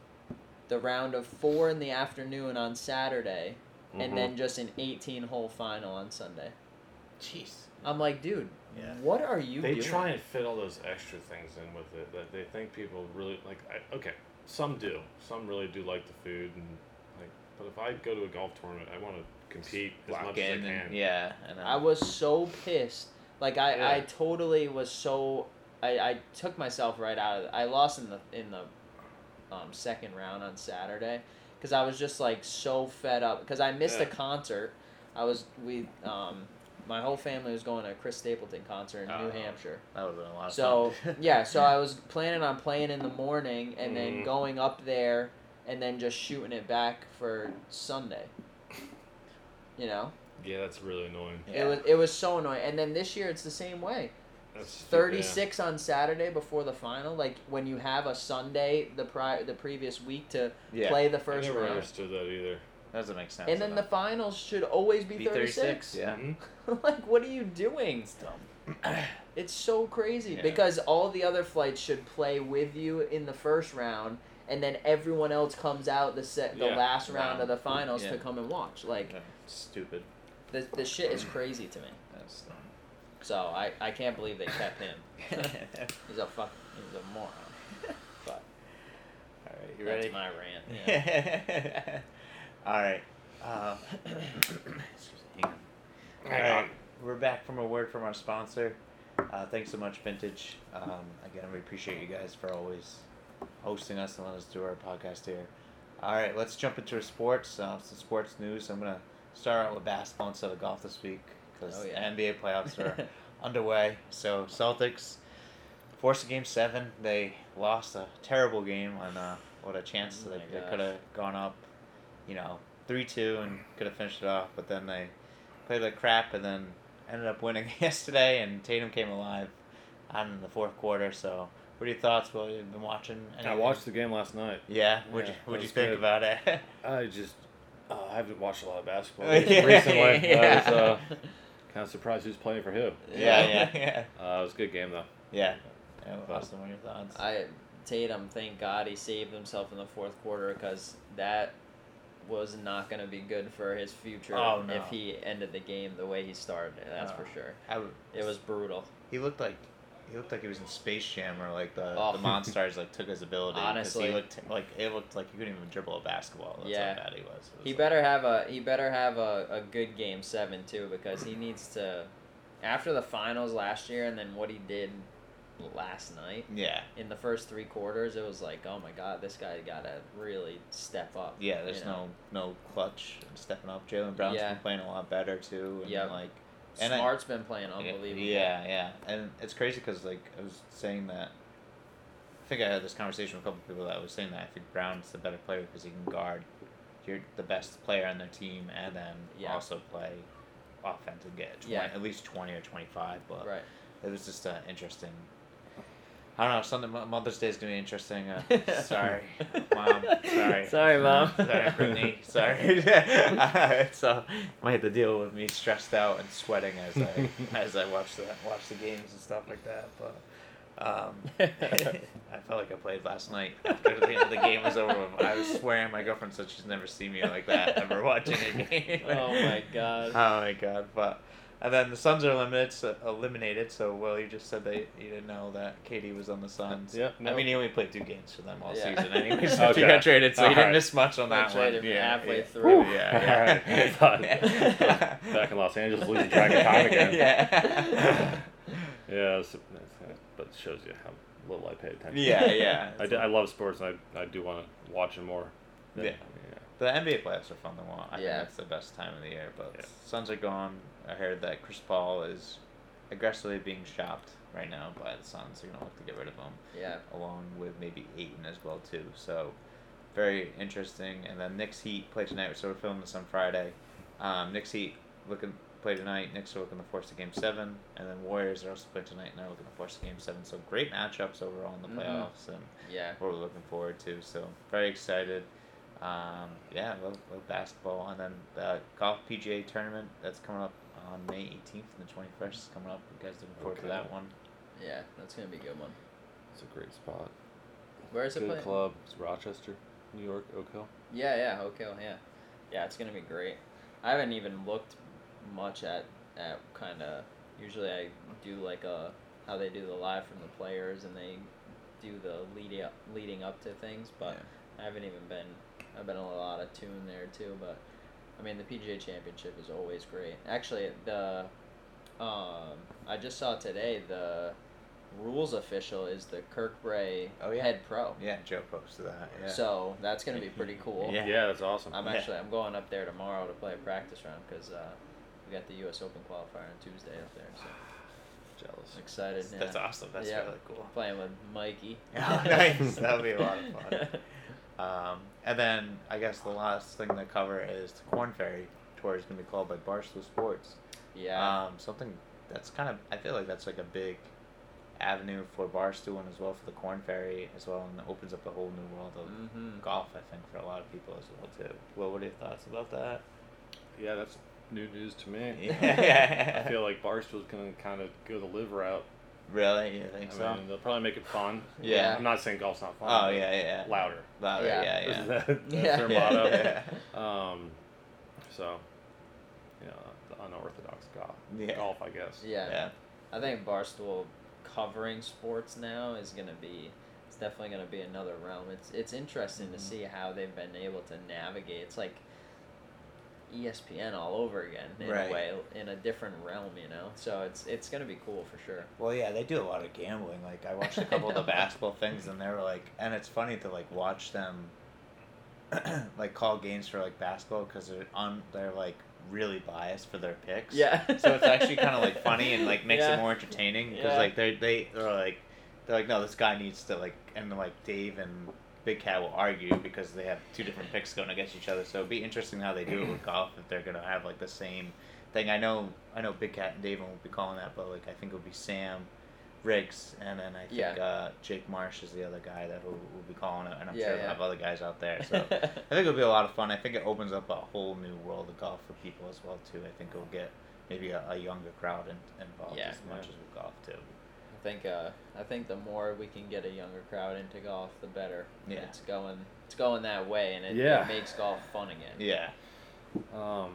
C: the round of four in the afternoon on Saturday,
D: Mhm.
B: Mm-hmm.
C: and then just an 18 hole final on Sunday.
A: Jeez.
C: I'm like, dude,
A: Yeah.
C: what are you
D: they
C: doing?
D: try and fit all those extra things in with it that they think people really like. I, okay, some do. Some really do like the food and like. But if I go to a golf tournament, I want to compete as
A: Lock
D: much
A: in
D: as I
A: and-
D: can.
A: yeah. And
C: I was so pissed Like I, I
D: Yeah.
C: totally was so I, I took myself right out of it. I lost in the in the um, second round on Saturday because I was just like so fed up because I missed
D: Yeah.
C: a concert. I was we um my whole family was going to a Chris Stapleton concert in
A: Oh.
C: New Hampshire.
A: That was a lot. Of
C: So
A: fun.
C: yeah, so I was planning on playing in the morning and then
D: Mm.
C: going up there and then just shooting it back for Sunday. You know,
D: Yeah, that's really annoying.
A: Yeah.
C: it was it was so annoying. And then this year it's the same way.
D: That's
C: Thirty six on Saturday before the final. Like when you have a Sunday the prior the previous week to
A: yeah,
C: play
D: Yeah.
C: the
D: I
C: first
D: never
C: round,
D: understood that either.
A: doesn't make sense.
C: and then the finals should always be
A: B
C: thirty six.
A: Yeah,
D: Mhm.
C: like what are you doing?
A: it's dumb.
C: It's so crazy
A: Yeah.
C: because all the other flights should play with you in the first round, and then everyone else comes out the set the
D: Yeah,
C: last round
A: round.
C: of the finals
A: Yeah.
C: to come and watch. Like
A: Yeah, stupid.
C: the the shit is crazy to me.
A: That's dumb.
C: So I, I can't believe they kept him. He's a fuck. He's a moron. But
A: All right, you
C: that's
A: ready?
C: my rant. Yeah.
A: Yeah. All right. Uh, excuse me, hang on.
D: Hang on.
A: We're back from a word from our sponsor. Uh, thanks so much, Vintage. Um, again, we appreciate you guys for always hosting us and letting us do our podcast here. All right, let's jump into our sports. Uh, some sports news. I'm gonna start out with basketball instead of golf this week because
C: Oh, yeah.
A: the NBA playoffs are underway. So Celtics forced a game seven. They lost a terrible game on uh, what a chance
C: Oh
A: that
C: my
A: they,
C: gosh.
A: could have gone up, you know, three two and could have finished it off. But then they played like crap and then ended up winning yesterday. And Tatum came alive on in the fourth quarter. So what are your thoughts? Well, you've been watching.
B: I
A: anything?
B: watched the game last night.
A: Yeah. What'd
B: Yeah,
A: you What'd you
B: that's
A: think
B: good.
A: about it?
B: I just uh, I haven't watched a lot of basketball
A: Yeah.
B: recently. I
A: Yeah.
B: was uh, kind of surprised who's playing for who.
A: yeah, yeah, yeah,
B: Uh, it was a good game though.
A: yeah. Yeah, Austin, what are your thoughts?
C: I Tatum, thank God he saved himself in the fourth quarter because that was not going to be good for his future
A: Oh, no.
C: if he ended the game the way he started it. That's for
A: Oh.
C: sure.
A: I would-
C: It was brutal.
A: He looked like he looked like he was in Space Jam or like the
C: Oh.
A: the Monstars like took his ability. 'cause
C: Honestly.
A: he looked like it looked like he couldn't even dribble a basketball. That's
C: Yeah.
A: how bad he was. It was
C: He
A: like-
C: better have a he better have a, a good game seven too because he needs to after the finals last year and then what he did last night
A: Yeah,
C: in the first three quarters it was like oh my god this guy got to really step up
A: yeah. There's
C: you know?
A: no no clutch and stepping up. Jalen Brown's
C: Yeah.
A: been playing a lot better too. And
C: Yep.
A: like and I-
C: smart's been playing unbelievable
A: Yeah, yeah, and it's crazy because like I was saying that. I think I had this conversation with a couple of people that was saying that I think Brown's the better player because he can guard. You're the best player on their team, and then
C: Yeah.
A: also play offense and get 20,
C: Yeah.
A: at least twenty or twenty five. But
C: right
A: it was just uh, interesting. I don't know. Sunday Mo- Mother's Day is gonna be interesting. Uh, sorry, mom. Sorry.
C: Sorry, Mom.
A: Sorry, Brittany. Sorry. Alright, so might have to deal with me stressed out and sweating as I as I watch the watch the games and stuff like that. But um, I felt like I played last night after the end of the game was over. with. I was swearing. My girlfriend said she's never seen me like that ever watching a game.
C: oh my god
A: Oh my god! But and then the Suns are eliminated. So, eliminated. So well, you just said that you didn't know that Katie was on the Suns.
B: Yep, Oh,
A: I
B: no.
A: mean, he only played two games for them all
C: Yeah.
A: season, anyway. So he
B: Okay.
A: got traded, so he didn't
B: Alright.
A: miss much on that
C: Got traded
A: one.
C: from halfway
A: yeah.
C: through.
A: Yeah, yeah.
B: Alright, I thought back in Los Angeles losing track of time again. Yeah,
A: Yeah.
B: it's- it's- but it shows you how little I pay attention.
A: yeah, yeah.
B: I, do, I love sports and I, I do want to watch it more.
A: Yeah. The NBA playoffs are fun to watch. I
C: Yeah.
A: think that's the best time of the year. But
B: Yeah.
A: Suns are gone. I heard that Chris Paul is aggressively being shopped right now by the Suns. They're gonna look to get rid of him.
C: yeah
A: along with maybe Aiton as well too. So very interesting. And then Knicks Heat play tonight. So we're filming this on Friday. Um, Knicks Heat looking play tonight. Knicks are looking to force to game seven, and then Warriors are also playing tonight, and they're looking to force to game seven. So great matchups overall in the
C: Mhm.
A: playoffs, and
C: yeah
A: what we're looking forward to. So very excited. Um, yeah, love, love basketball, and then the golf PGA tournament that's coming up on May 18th and the 21st is coming up. You guys looking forward
B: Okay.
A: to that one?
C: yeah that's gonna be a good one
B: It's a great spot.
C: where is it
B: good
C: playing
B: club. It's Rochester, New York, Oak Hill.
C: Yeah, yeah, Oak Hill, yeah. Yeah, it's gonna be great. I haven't even looked much at at kind of. Usually, I do like a how they do the live from the players and they do the leading up, leading up to things, but I haven't even been. I've been a lot of tune there too, but I mean the PGA Championship is always great. Actually, the um, I just saw today the rules official is the Kirkbray
A: Oh, yeah.
C: head pro.
A: Yeah, Joe posted that. Yeah.
C: So that's gonna be pretty cool.
A: Yeah.
B: Yeah, that's awesome.
C: I'm
A: Yeah.
C: actually I'm going up there tomorrow to play a practice round because uh, we got the U.S. Open qualifier on Tuesday up there. So
A: jealous.
C: I'm excited. Yeah.
A: That's awesome. That's
C: Yeah.
A: really cool.
C: Playing with Mikey.
A: Oh, nice. That'll be a lot of fun. Um, and then I guess the last thing to cover is the Corn Ferry tour is going to be called by Barstool Sports.
C: yeah.
A: Um, something that's kind of I feel like that's like a big avenue for Barstool and as well for the Corn Ferry as well, and opens up a whole new world of
C: Mhm.
A: golf. I think for a lot of people as well too. Well, what are your thoughts about that?
B: Yeah, that's new news to me.
A: Yeah.
B: I feel like Barstool's gonna kind of go the live route.
A: really, you think
B: I
A: so?
B: mean, they'll probably make it fun.
A: Yeah.
B: I'm not saying golf's not fun.
A: oh
B: but
A: yeah, yeah, yeah.
B: Louder.
A: Louder,
C: Yeah.
A: yeah,
B: Is
A: yeah.
B: that- that's
C: Yeah.
B: their
A: Yeah,
B: motto.
A: yeah.
B: Um, so, you know, the unorthodox golf,
A: Yeah.
B: golf I guess.
C: yeah.
A: yeah.
C: I think Barstool covering sports now is gonna be it's definitely gonna be another realm. It's it's interesting
A: Mm-hmm.
C: to see how they've been able to navigate. It's like E ESPN all over again in
A: Right.
C: a way, in a different realm, you know. So it's it's gonna be cool for sure.
A: Well, yeah, they do a lot of gambling. Like I watched a
C: I
A: couple of the
C: know.
A: basketball things, and they were like, and it's funny to like watch them, like call games for like basketball because they're on they're like really biased for their picks.
C: Yeah.
A: So it's actually kind of like funny and like makes
C: Yeah.
A: it more entertaining because
C: Yeah.
A: like they they are like they're like no this guy needs to like and like Dave and Big Cat will argue because they have two different picks going against each other. So it'd be interesting how they do it with golf if they're gonna have like the same thing. I know I know Big Cat and Dave won't be calling that, but like I think it'll be Sam. Riggs and then I think
C: Yeah.
A: uh, Jake Marsh is the other guy that will, will be calling it, and I'm
C: Yeah,
A: sure
C: yeah.
A: they'll have other guys out there. So I think it'll be a lot of fun. I think it opens up a whole new world of golf for people as well too. I think it'll get maybe a, a younger crowd in, involved
C: Yeah.
A: as much as with golf too.
C: I think uh, I think the more we can get a younger crowd into golf, the better.
A: Yeah.
C: It's going it's going that way, and it,
B: Yeah.
C: it makes golf fun again.
A: Yeah.
B: Um,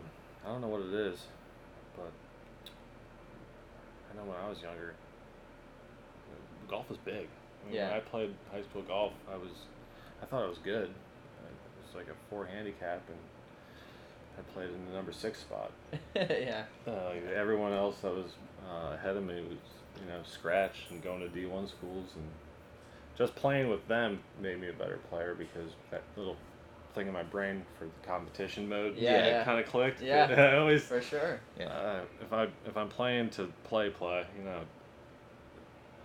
B: I don't know what it is, but I know when I was younger, golf was big. I mean,
C: Yeah.
B: When I played high school golf, I was, I thought I was good. It was like a four handicap, and I played in the number six spot.
C: yeah.
B: Uh, everyone else that was uh, ahead of me was, you know, scratched and going to D one schools, and just playing with them made me a better player because that little thing in my brain for the competition mode,
C: Yeah, yeah.
B: kind of clicked.
C: Yeah.
B: I always
C: For sure.
A: Yeah.
B: uh, if I if I'm playing to play play, you know,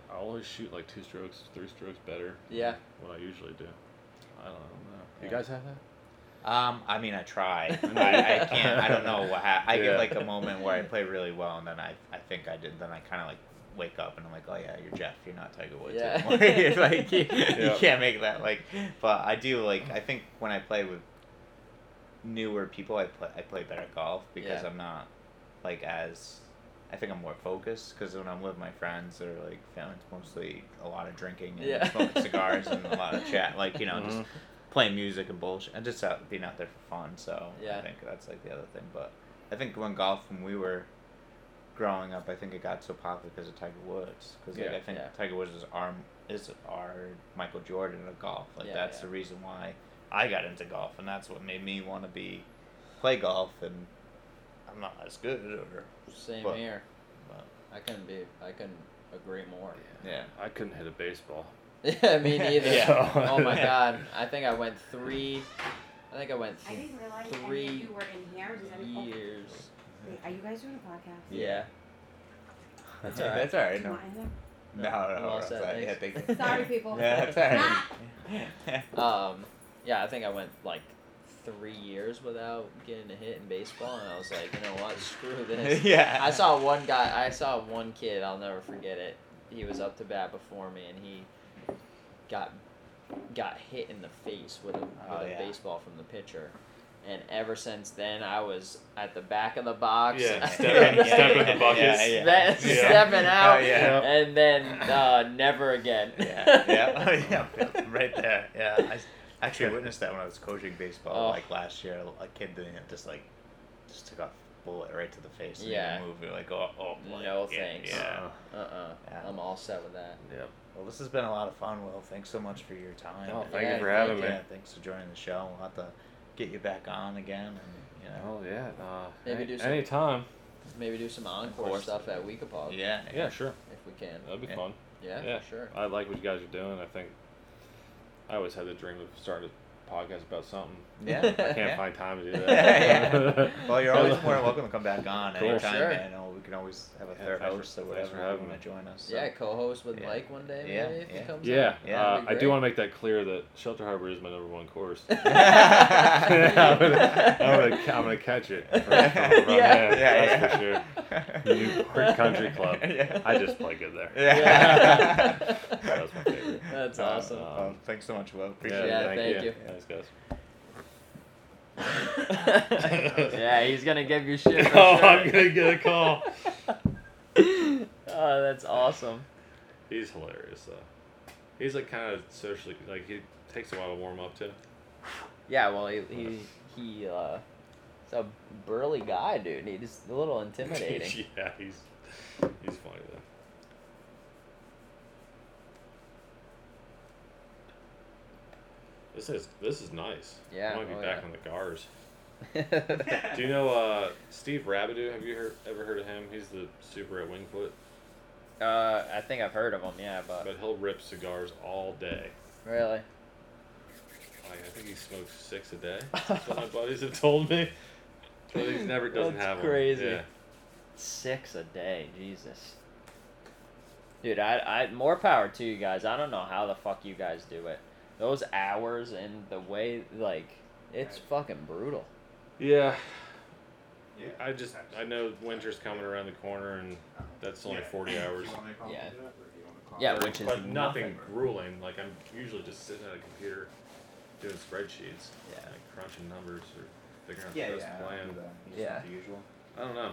B: I always shoot like two strokes, three strokes better. than
C: Yeah.
B: What I usually do. I don't know. Mm-hmm. You
A: Yeah.
B: guys have that?
A: Um, I mean, I try. I, I can't. I don't know what hap I
B: Yeah.
A: get like a moment where I play really well, and then I, I think I did. Then I kind of like wake up and I'm like, oh yeah, you're Jeff. You're not Tiger Woods
C: Yeah.
A: anymore. It's like you, you
B: Yeah.
A: can't make that like. But I do like. I think when I play with newer people, I play I play better golf because
C: Yeah.
A: I'm not like as. I think I'm more focused because when I'm with my friends, they're like, it's mostly a lot of drinking and
C: Yeah. Mm-hmm.
A: smoking cigars and a lot of chat. Like, you know, just
B: Mhm.
A: playing music and bullshit and just out being out there for fun. So
C: Yeah.
A: I think that's like the other thing. But I think when golf, when we were growing up, I think it got so popular because of Tiger Woods. Because like,
B: Yeah.
A: I think
C: Yeah.
A: Tiger Woods is our is our Michael Jordan of golf. Like
C: Yeah,
A: that's
C: yeah.
A: the reason why I got into golf, and that's what made me want to be play golf. And I'm not as good, or
C: Same
A: But-
C: here.
A: but,
C: I couldn't be. I couldn't agree more.
A: yeah.
B: I couldn't hit a baseball.
C: Yeah, me neither.
B: Yeah.
C: Oh my
A: Yeah.
C: god! I think I went three. I think I went
E: I
C: th-
E: didn't realize any of
C: three
E: you were in here. Does any, oh,
C: years.
E: wait, are you guys doing a podcast?
C: Yeah.
A: That's
C: all right.
A: That's all right.
E: Come
A: No,
E: on in there.
A: no, no.
C: Well
A: no,
C: said,
A: that's all right. Yeah,
C: thanks.
A: thank you.
E: Sorry, people.
A: Yeah, that's all right.
C: Um. Yeah, I think I went like three years without getting a hit in baseball, and I was like, you know what? Screw this.
A: yeah.
C: I saw one guy. I saw one kid. I'll never forget it. He was up to bat before me, and he got got hit in the face with a,
A: Oh,
C: with a
A: yeah.
C: baseball from the pitcher. And ever since then, I was at the back of the box.
D: Yeah,
A: stepping- stepping in the
D: buckets.
A: Yeah, yeah.
C: Ste-
D: Yeah.
C: Stepping out.
A: Oh, yeah.
C: And then uh, never again.
A: yeah, yeah, yeah, right there. Yeah, I s- actually I witnessed that when I was coaching baseball,
C: Oh.
A: like last year. A kid did it, just like just took off bullet right to the face. And
C: Yeah.
A: yeah, move You're like oh, oh boy.
C: No
A: yeah,
C: thanks.
A: Yeah.
C: Uh-uh.
A: Yeah.
C: I'm all set with that.
B: Yep.
A: Well, this has been a lot of fun. Will, thanks so much for your time.
B: Oh,
A: And-
B: thank
C: Yeah,
B: you for
C: thank
B: having
A: yeah,
B: me.
A: thanks for joining the show. We'll have to get you back on again, and you know.
B: Oh yeah. Uh,
C: Maybe
B: any,
C: do some-
B: anytime.
C: Maybe do some encore
A: Encore
C: stuff at Weekapog
A: Yeah.
F: Yeah, sure.
C: if we can.
B: That'd be
A: Yeah.
B: fun.
C: Yeah,
B: Yeah.
C: sure.
B: I like what you guys are doing. I think I always had the dream of starting a podcast about something.
A: Yeah.
B: I can't
A: yeah.
B: find time to do
A: Yeah.
B: that.
A: Well, you're always more than welcome to come back on
B: Cool.
A: anytime,
C: Sure.
A: man. Oh, we can always have a
F: Yeah,
A: third
F: thanks for-
A: host or
F: thanks
A: whatever
F: for
A: if
F: having
A: you
F: me.
A: want to join us. so.
C: Yeah, co-host with
A: Yeah.
C: Mike one day, maybe
A: Yeah,
C: if he
A: yeah.
C: comes.
B: Yeah,
C: out.
A: Yeah.
B: uh,
C: That'd be
B: I do
C: great.
B: want to make that clear that Shelter Harbor is my number one course. I'm gonna, I'm
A: Yeah.
B: gonna, I'm gonna catch it.
A: Yeah.
B: yeah,
A: Yeah,
B: that's
A: yeah.
B: for sure. You Creek Country Club.
A: Yeah.
B: I just play good there.
A: Yeah.
C: Yeah.
A: That
B: was my favorite.
C: That's
A: Uh,
C: awesome.
B: uh,
A: well, thanks so much, Will. Appreciate
C: Yeah,
A: it.
B: thank,
C: thank
B: you.
C: you.
B: Thanks, guys.
C: yeah, he's gonna give you shit. For
B: Oh,
C: sure.
B: I'm gonna get a call.
C: oh, that's awesome.
B: He's hilarious though. He's like kind of socially like he takes a while to warm up to.
C: Yeah, well, he he, he uh, he's a burly guy, dude. He's a little intimidating.
B: yeah, he's he's funny though. This is this is nice.
C: Yeah,
B: I might be
C: oh,
B: back
C: yeah.
B: on the cars.
C: yeah,
B: Do you know uh, Steve Rabideau? Have you heard, ever heard of him? He's the super at Wingfoot,
C: uh, I think I've heard of him. Yeah, but
B: but he'll rip cigars all day.
C: really,
B: Like, I think he smokes six a day. That's what my buddies have told me. But he never doesn't
C: That's
B: have
C: crazy.
B: one. Yeah.
C: six a day, Jesus. Dude, I I more power to you guys. I don't know how the fuck you guys do it. Those hours and the way like it's fucking brutal.
B: Yeah.
G: Yeah.
B: I just I know winter's coming around the corner and that's only forty hours.
C: Yeah. Yeah, which is
B: But
C: nothing.
B: nothing grueling. Like I'm usually just sitting at a computer doing spreadsheets.
C: Yeah.
B: Like crunching numbers or figuring out
A: Yeah,
B: the best
A: yeah.
B: plan.
C: Yeah.
A: The usual.
B: I don't know.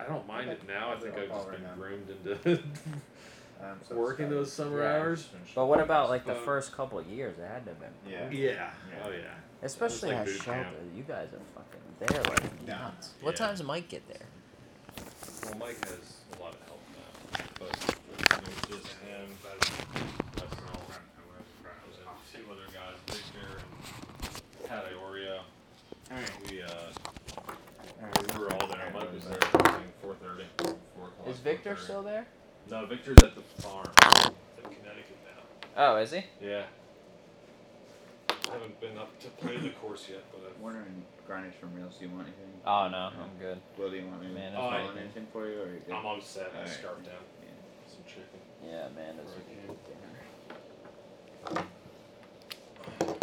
B: I don't mind it now. I think I've just been groomed into
A: Um, so
B: working
A: it's, uh,
B: those summer
C: Yeah.
B: hours.
C: But what about like the
B: Um,
C: first couple of years? It had to have been.
G: Yeah.
B: Yeah.
G: Yeah.
B: Oh yeah.
C: Especially
B: like
C: at
B: boot
C: shelter.
B: camp.
C: You guys are fucking there like
G: Yeah.
C: nuts. What
B: Yeah.
C: time's Mike get there?
B: Well, Mike has a lot of help now, but it was just him, Westernall, was a few other guys, Victor and Pat Ioria. We, uh, we were all there. Mike was there at four thirty, four o'clock.
C: Is Victor
B: 4:30.
C: still there?
B: No, Victor's at the farm in Connecticut now.
C: Oh, is he?
B: Yeah. I haven't been up to play the course yet, but
A: I'm wondering, Grinders from Reels, do you want anything?
C: Oh no, I'm good.
A: Will, do you want me
C: Man,
A: to
C: that's
A: call
B: fine.
A: in anything for you, or are you good?
B: I'm all set. I
A: Alright.
B: scarfed down
A: Yeah.
B: some chicken.
C: Yeah, Amanda's
B: Right.
C: a good dinner.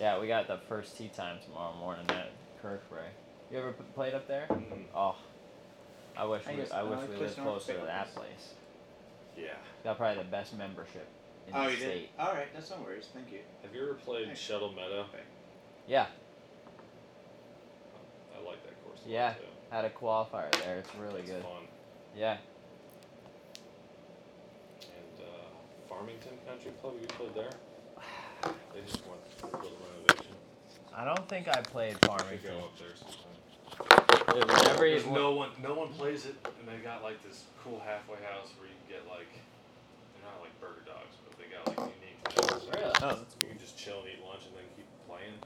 C: Yeah, we got the first tea time tomorrow morning at Kirkray. You ever p- played up there?
B: Mm,
C: Oh, I wish
A: I
C: we,
A: guess-
C: I
A: uh,
C: wish we
A: place
C: lived
A: in our
C: closer to that
A: favorites.
C: place.
B: yeah.
C: Got probably the best membership in
A: Oh,
C: the
A: you
C: state.
A: did? Alright, that's no worries. Thank you.
B: Have you ever played
A: Thanks.
B: Shuttle Meadow?
C: Yeah,
B: I like that course. a lot,
C: Yeah.
B: too.
C: had a qualifier there. It's really
B: It's
C: good.
B: Fun.
C: Yeah.
B: And uh, Farmington Country Club, you played there? They just went through a little renovation.
C: I don't think I played
B: We
C: Farmington.
B: go up there sometime.
C: Dude, whenever you,
B: There's no one, no one plays it, and they got like this cool halfway house where you can get like, they're not like burger dogs, but they got like unique. Menus.
C: Really?
B: You can just chill and eat lunch and then keep playing.